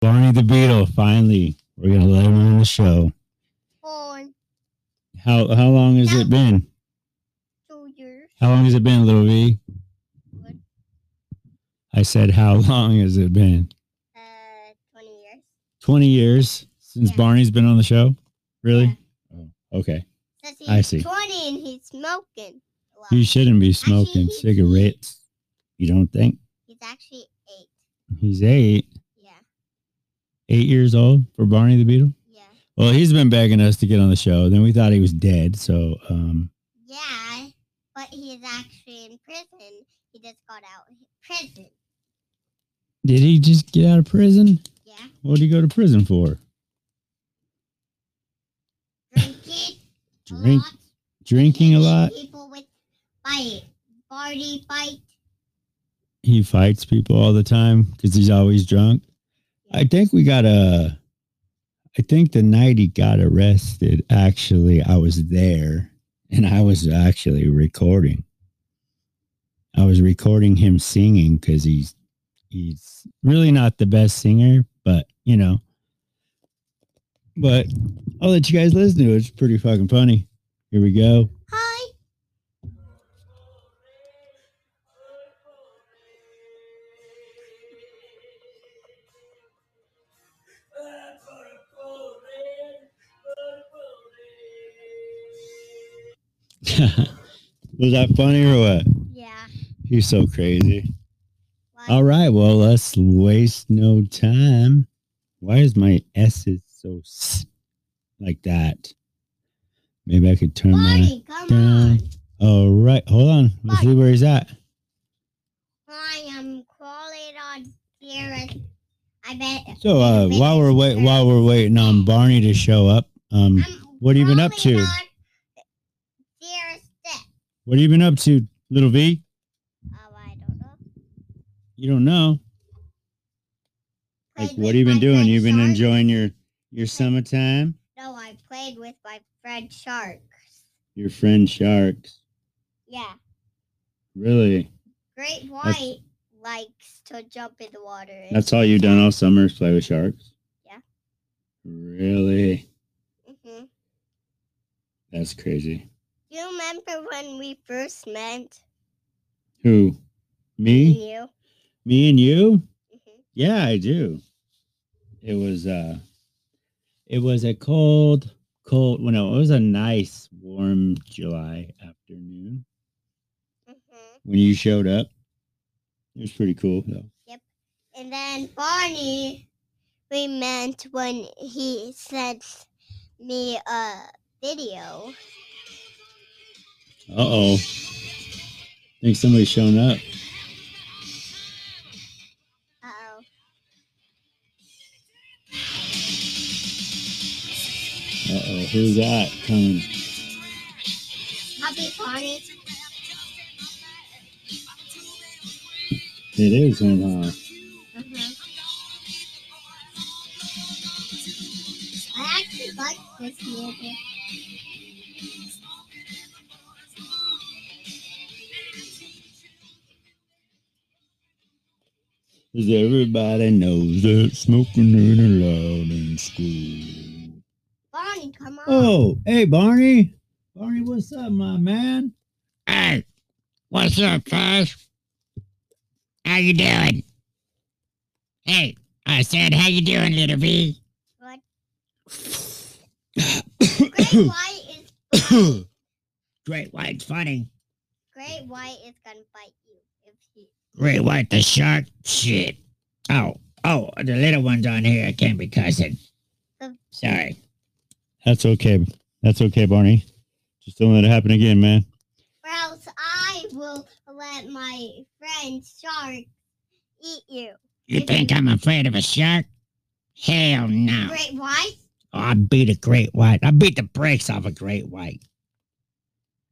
Barney the Beetle. Finally, we're gonna let him on the show. on How how long has it been? two years. How long has it been, Little V? What? I said, how long has it been? Uh, twenty years. Twenty years since Yeah. Barney's been on the show. Really? Oh, okay. Says he's I see. Twenty and he's smoking. a lot. You shouldn't be Actually, smoking he- cigarettes. You don't think He's actually eight. he's eight? Yeah, Eight years old for Barney the Beetle. yeah, Well, he's been begging us to get on the show. Then we thought he was dead. So, um, yeah. But he's actually in prison. He just got out of prison. did he just get out of prison? Yeah, What did he go to prison for? drinking. a Drink, lot, drinking a hitting lot. People with bite, party bite. He fights people all the time because he's always drunk. I think we got a. I think the night he got arrested, actually, I was there and I was actually recording. I was recording him singing because he's he's really not the best singer, but you know. But I'll let you guys listen to it. It's pretty fucking funny. Here we go. Hi. was that funny or what? Yeah. He's so crazy. What? All right. Well, let's waste no time. Why is my S's so s- like that? Maybe I could turn my. Barney, come down. on. All right. Hold on. Let's see where he's at. I am crawling on here. I bet. So uh, while we're wait while we're waiting on Barney to show up, um, I'm what have you been up crawling to? on Dear step. what have you been up to, little V? Oh, I don't know. You don't know. Like Played with what have you been my doing? friend You've been shark. enjoying your your summertime. No, I played with my friend sharks. Your friend sharks. Yeah, Really? great white likes to jump in the water. and- That's all you've done all summer is play with sharks? Yeah. Really? Mhm. That's crazy. You remember when we first met? Who? Me? You. Me and you? hmm Yeah, I do. It was uh it was a cold, cold well no, it was a nice warm July afternoon hmm when you showed up. It was pretty cool though. And then Barney, we met when he sent me a video. Uh oh. Think somebody's shown up. Uh oh. Uh oh, who's that coming? Happy Barney. It is somehow. I actually like this music. Cause everybody knows that smoking ain't allowed in school. Barney, come on. Oh, hey Barney. Barney, what's up, my man? Hey, what's up, Fuzz? How you doing? Hey, I said, how you doing, little bee? Great White is Great White's funny. Great White is gonna bite you if he. Great White the shark? Shit. Oh, oh, the little one's on here. I can't be cussing. Um. Sorry. That's okay. That's okay, Barney. Just don't let it happen again, man. Or else I will let my friend Shark eat you. You think I'm afraid of a shark? Hell no. Great White. Oh, I beat a Great White. I beat the brakes off a Great White.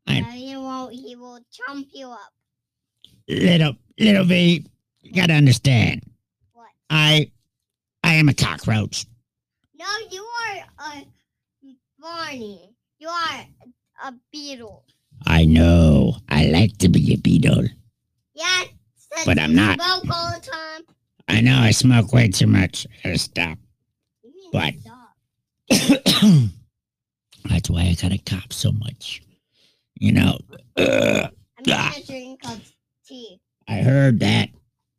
I- Uh, he won't. He will chomp you up. Little, little bee, you gotta understand. What? I, I am a cockroach. No, you are a Barney. You are a beetle. I know. I like to be a beetle. Yeah. since But I'm you not. Smoke all the time. I know I smoke way too much. I gotta stop. You mean But- stop. That's why I gotta cop so much. You know, uh, I'm Ah. gonna drink a tea. I heard that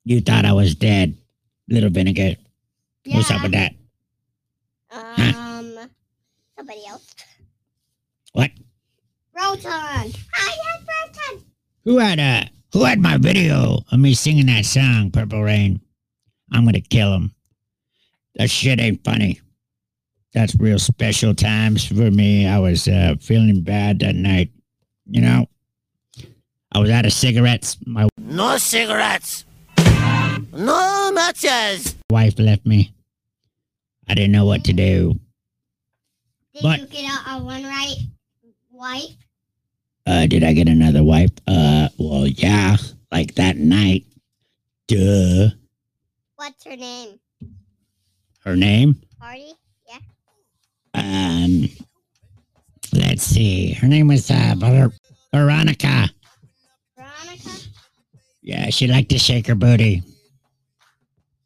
you thought I was dead. Little vinegar. What's up Yeah, with that? Um, somebody else. What? Roton. Hi, I'm Roton. Who had uh who had my video of me singing that song, Purple Rain? I'm gonna kill him. That shit ain't funny. That's real special times for me. I was uh, feeling bad that night. You know, I was out of cigarettes. My No cigarettes. No matches. wife left me. I didn't know what to do. Did But- you get a, a one right wife? Uh, did I get another wife? Uh, well, yeah, like that night. Duh. What's her name? Her name? Party? Um, let's see. Her name was uh, Ver- Veronica. Veronica? Yeah, she liked to shake her booty.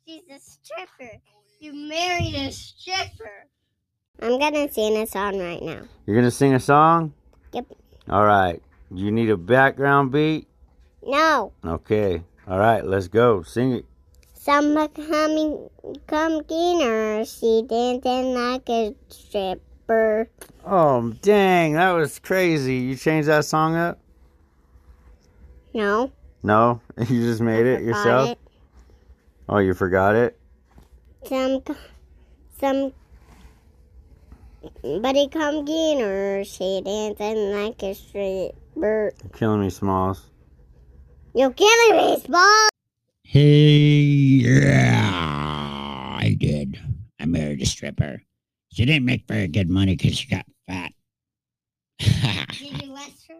She's a stripper. You married a stripper. I'm gonna sing a song right now. You're gonna sing a song? Yep. All right. You need a background beat? No. Okay. All right, let's go. Sing it. Some coming come cleaner. She dancing like a stripper. Oh, dang, that was crazy. You changed that song up? No. No, you just made it forgot yourself? it. Oh, you forgot it? Some c- some buddy come cleaner. She dancing like a stripper. Killing me, Smalls. You're killing me, Spall. Hey, yeah, I did. I married a stripper. She didn't make very good money because she got fat. Did you let her?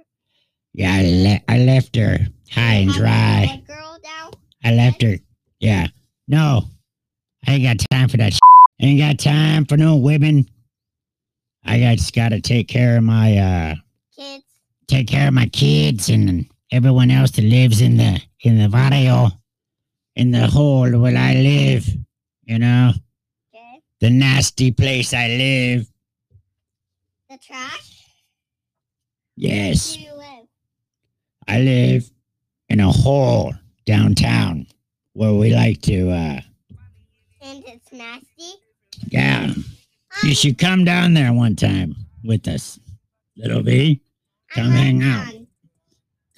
yeah, I, le- I left her high and dry. What Um, girl now? I left her. Yeah. No. I ain't got time for that. Shit. Ain't got time for no women. I got, just gotta take care of my uh Kids. take care of my kids and everyone else that lives in the in the barrio, in the hole where I live. You know, Okay. the nasty place I live. The trash. Yes. Do you live? I live in a hole downtown where we like to uh And it's nasty. Um, yeah. You should come down there one time with us. Little V. Come hang out. um,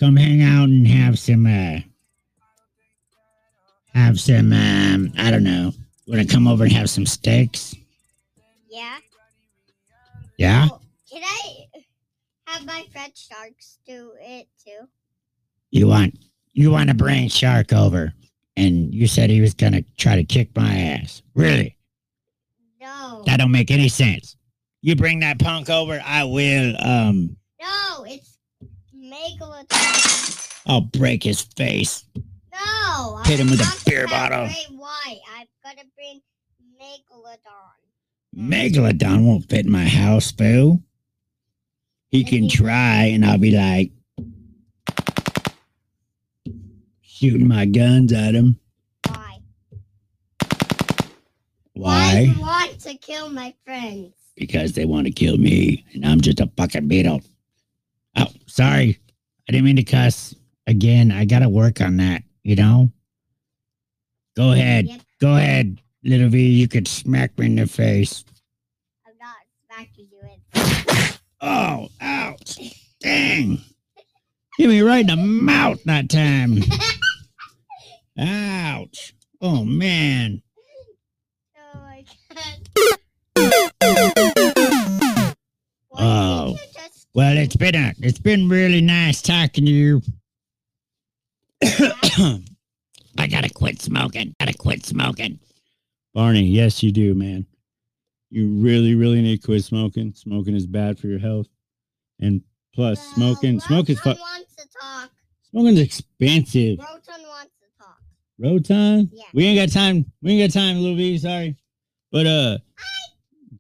Come hang out and have some uh have some um I don't know. You wanna come over and have some steaks? Yeah. Yeah? Oh, Can I have my French sharks do it too? You want you wanna bring Shark over and you said he was gonna try to kick my ass. Really? No. That don't make any sense. You bring that punk over, I will um no, it's Megalodon. I'll break his face. No. Hit him I'm with a not beer gonna bottle. bring White. I'm gonna bring Megalodon. Megalodon won't fit in my house, fool. He can try, and I'll be like shooting my guns at him. Why? Why Why? you want to kill my friends? Because they want to kill me, and I'm just a fucking beetle. Oh, sorry. I didn't mean to cuss. Again, I gotta work on that, you know? Go ahead. Yep, Go ahead, little V. You could smack me in the face. I'm not smacking you in. Oh, ouch. Dang. Hit me right in the mouth that time. Ouch. Oh, man. Oh my god. Why Oh. didn't you just Well, it's been a, it's been really nice talking to you. I gotta quit smoking. Gotta quit smoking. Barney, yes, you do, man. You really, really need to quit smoking. Smoking is bad for your health. And plus, No, smoking, smoke is Rotan fuck. wants to talk. Smoking's expensive. Rotan wants to talk. Road time. Yeah. We ain't got time. We ain't got time, Lil V. Sorry, but uh,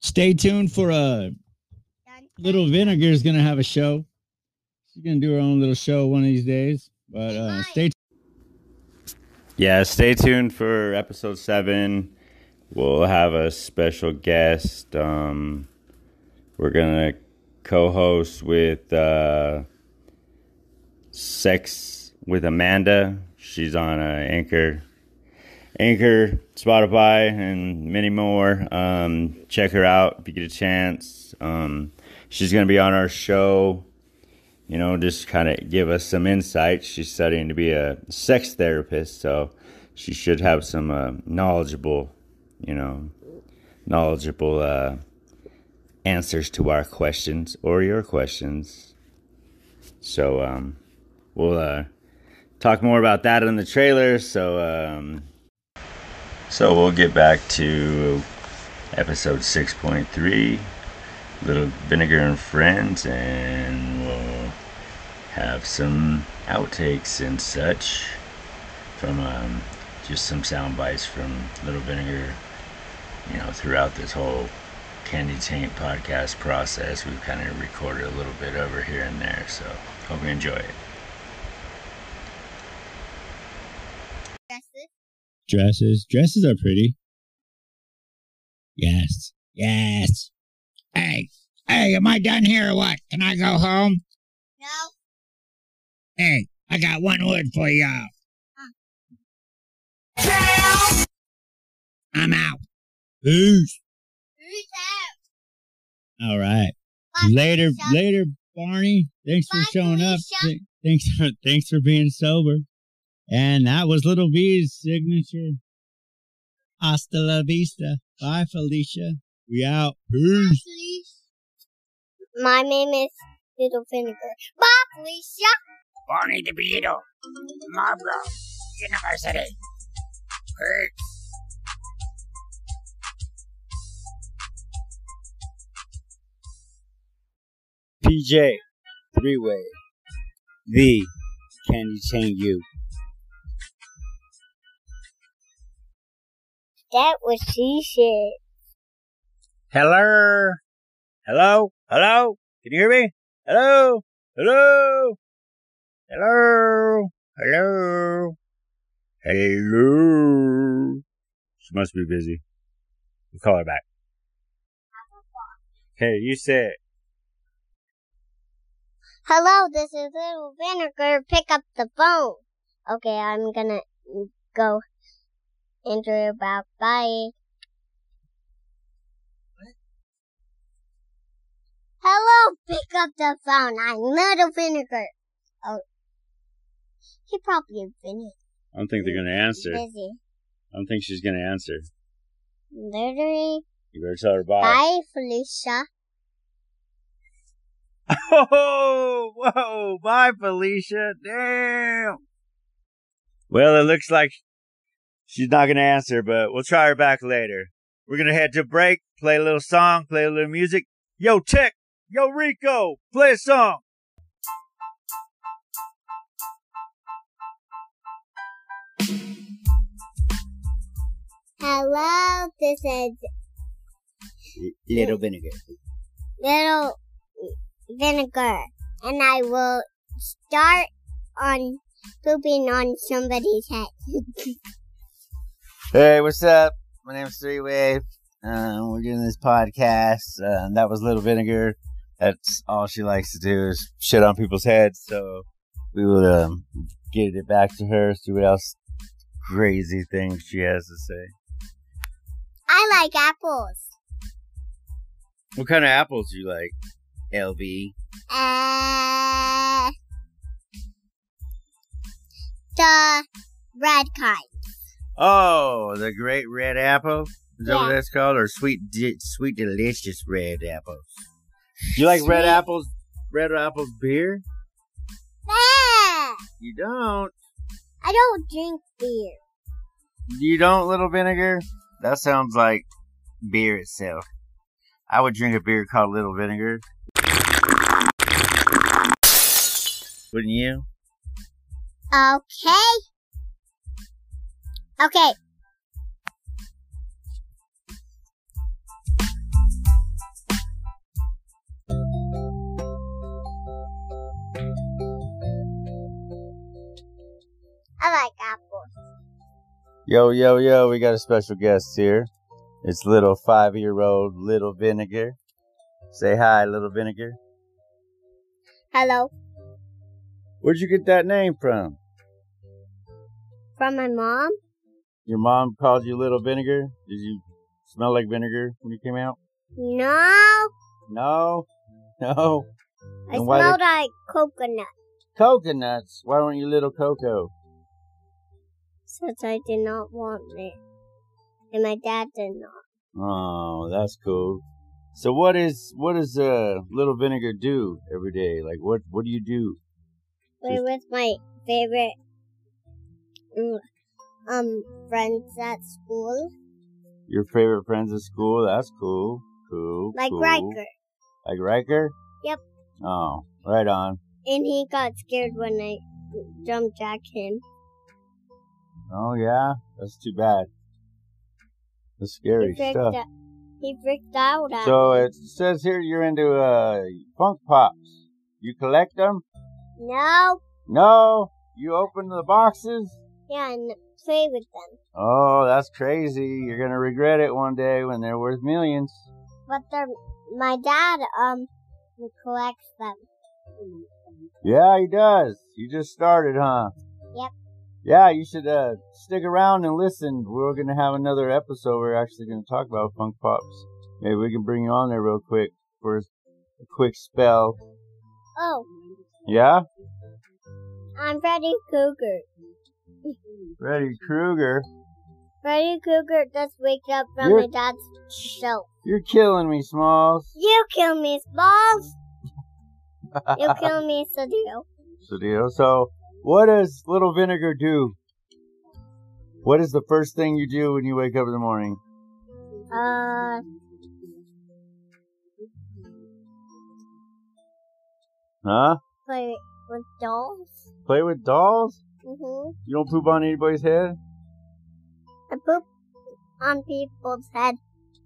stay tuned for uh, Done. little Vinegar's gonna have a show. She's gonna do her own little show one of these days. But uh, Nice. stay Yeah, stay tuned for episode seven. We'll have a special guest. Um, we're gonna co-host with uh, Sex with Amanda. She's on uh, Anchor, Anchor, Spotify, and many more. Um, check her out if you get a chance. Um, she's gonna be on our show you know, just kind of give us some insight. She's studying to be a sex therapist, so she should have some uh, knowledgeable, you know, knowledgeable uh, answers to our questions or your questions. So um, we'll uh, talk more about that in the trailer. So um, so we'll get back to episode six point three little vinegar and friends and we'll have some outtakes and such from um, just some sound bites from little vinegar you know throughout this whole candy taint podcast process we've kind of recorded a little bit over here and there so hope you enjoy it Dresses. Dresses. Dresses are pretty. Yes. Yes. Hey, hey, am I done here or what? Can I go home? No. Hey, I got one word for y'all. I'm out. Peace. Who's that? All right. Bye, later, Lisa. later, Barney. Thanks for Bye, showing up. Felicia. Th- Thanks for thanks for being sober. And that was Little B's signature. Hasta la vista. Bye, Felicia. We out. Peace. My name is Little Vinegar. Bye, Felicia. Barney the Beetle. Marlboro University. Hey. PJ, three way, the Candy Chain You. That was she said. Hello? Hello? Hello? Can you hear me? Hello? Hello? Hello? Hello? Hello? She must be busy. We'll call her back. Okay, you say it. Hello, this is Little Vinegar. Pick up the phone. Okay, I'm gonna go enter about bye. Hello, pick up the phone. I'm Little Vinegar. Oh, he probably been i don't think they're gonna answer i busy. don't think she's gonna answer Literally, you better tell her bye bye, Felicia. Oh, whoa. Bye, Felicia. Damn. Well, it looks like she's not going to answer, but we'll try her back later. We're going to head to break, play a little song, play a little music. Yo, Tech. Yo, Rico. Play a song. Hello, this is Little vinegar. little vinegar and I will start on pooping on somebody's head. Hey, what's up? My name's Three Wave. Um, we're doing this podcast. Um, that was Little Vinegar. That's all she likes to do is shit on people's heads. So we will um, get it back to her, see what else crazy things she has to say. I like apples. What kind of apples do you like? LB. Uh, the red kind. Oh, the great red apple. Is that what Yeah. that's called? Or sweet, di- sweet, delicious red apples. You like red Sweet. apples? Red apples beer? Ah, You don't. I don't drink beer. You don't, little vinegar? That sounds like beer itself. I would drink a beer called Little Vinegar. Wouldn't you? Okay. Okay. I like apples. Yo, yo, yo, we got a special guest here. It's little five year old Little Vinegar. Say hi, Little Vinegar. Hello. Where'd you get that name from? From my mom? Your mom called you Little Vinegar? Did you smell like vinegar when you came out? No. No, no. I And why they- smell like coconut. Coconuts? Why don't you Little Coco? Since I did not want it. And my dad did not. Oh, that's cool. So what is what does uh little vinegar do every day? Like what what do you do? We're with my favorite mm, um friends at school. Your favorite friends at school? That's cool. Cool. Like cool. Riker. Like Riker? Yep. Oh, right on. And he got scared when I jump jack him. Oh yeah, that's too bad. That's scary he freaked stuff. out. He freaked out at So me. it says here you're into uh funk pops. You collect them? No. No. You open the boxes? Yeah, and play with them. Oh, that's crazy. You're gonna regret it one day when they're worth millions. But they're my dad um collects them. Yeah, he does. You just started, huh? Yep. Yeah, you should uh, stick around and listen. We're going to have another episode. We're actually going to talk about Funk Pops. Maybe we can bring you on there real quick for a quick spell. Oh, Yeah? I'm Freddy Cougar. Freddy Krueger. Freddy Cougar just waked up from You're- my dad's show. You're killing me, Smalls. You kill me, Balls. You kill me, Sadio. So, deal. So, what does Little Vinegar do? What is the first thing you do when you wake up in the morning? Uh, Huh? play with dolls. Play with dolls? Mhm. You don't poop on anybody's head? I poop on people's head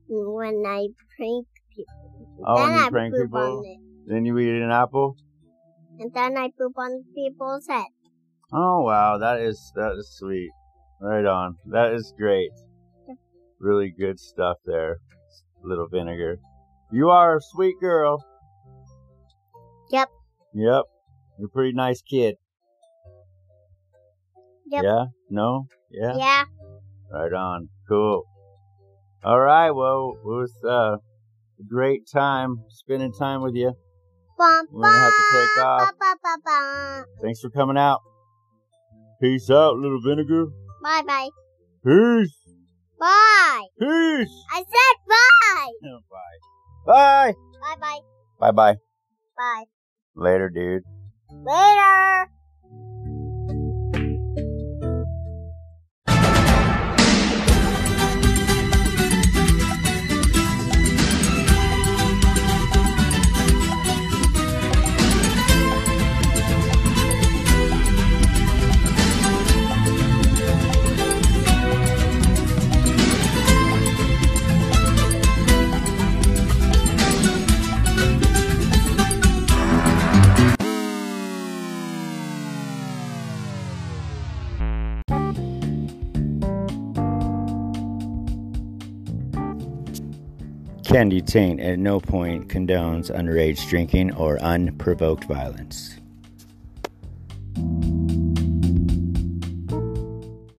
when I prank people. Oh, then when you I prank poop on people? it, Then you eat an apple? and then I poop on people's head. Oh wow, that is that is sweet. Right on. That is great. Really good stuff there, little vinegar. You are a sweet girl. Yep. Yep. You're a pretty nice kid. Yep. Yeah? No? Yeah? Yeah. Right on. Cool. All right, well, it was uh, a great time spending time with you. Bum, We're gonna have to take bum, off. bum, bum, bum, bum. Thanks for coming out. Peace out, little vinegar. Bye bye. Peace. Bye. Peace. I said bye. Bye. Bye bye. Bye bye. Bye. Later, dude. Later. Candy Taint at no point condones underage drinking or unprovoked violence.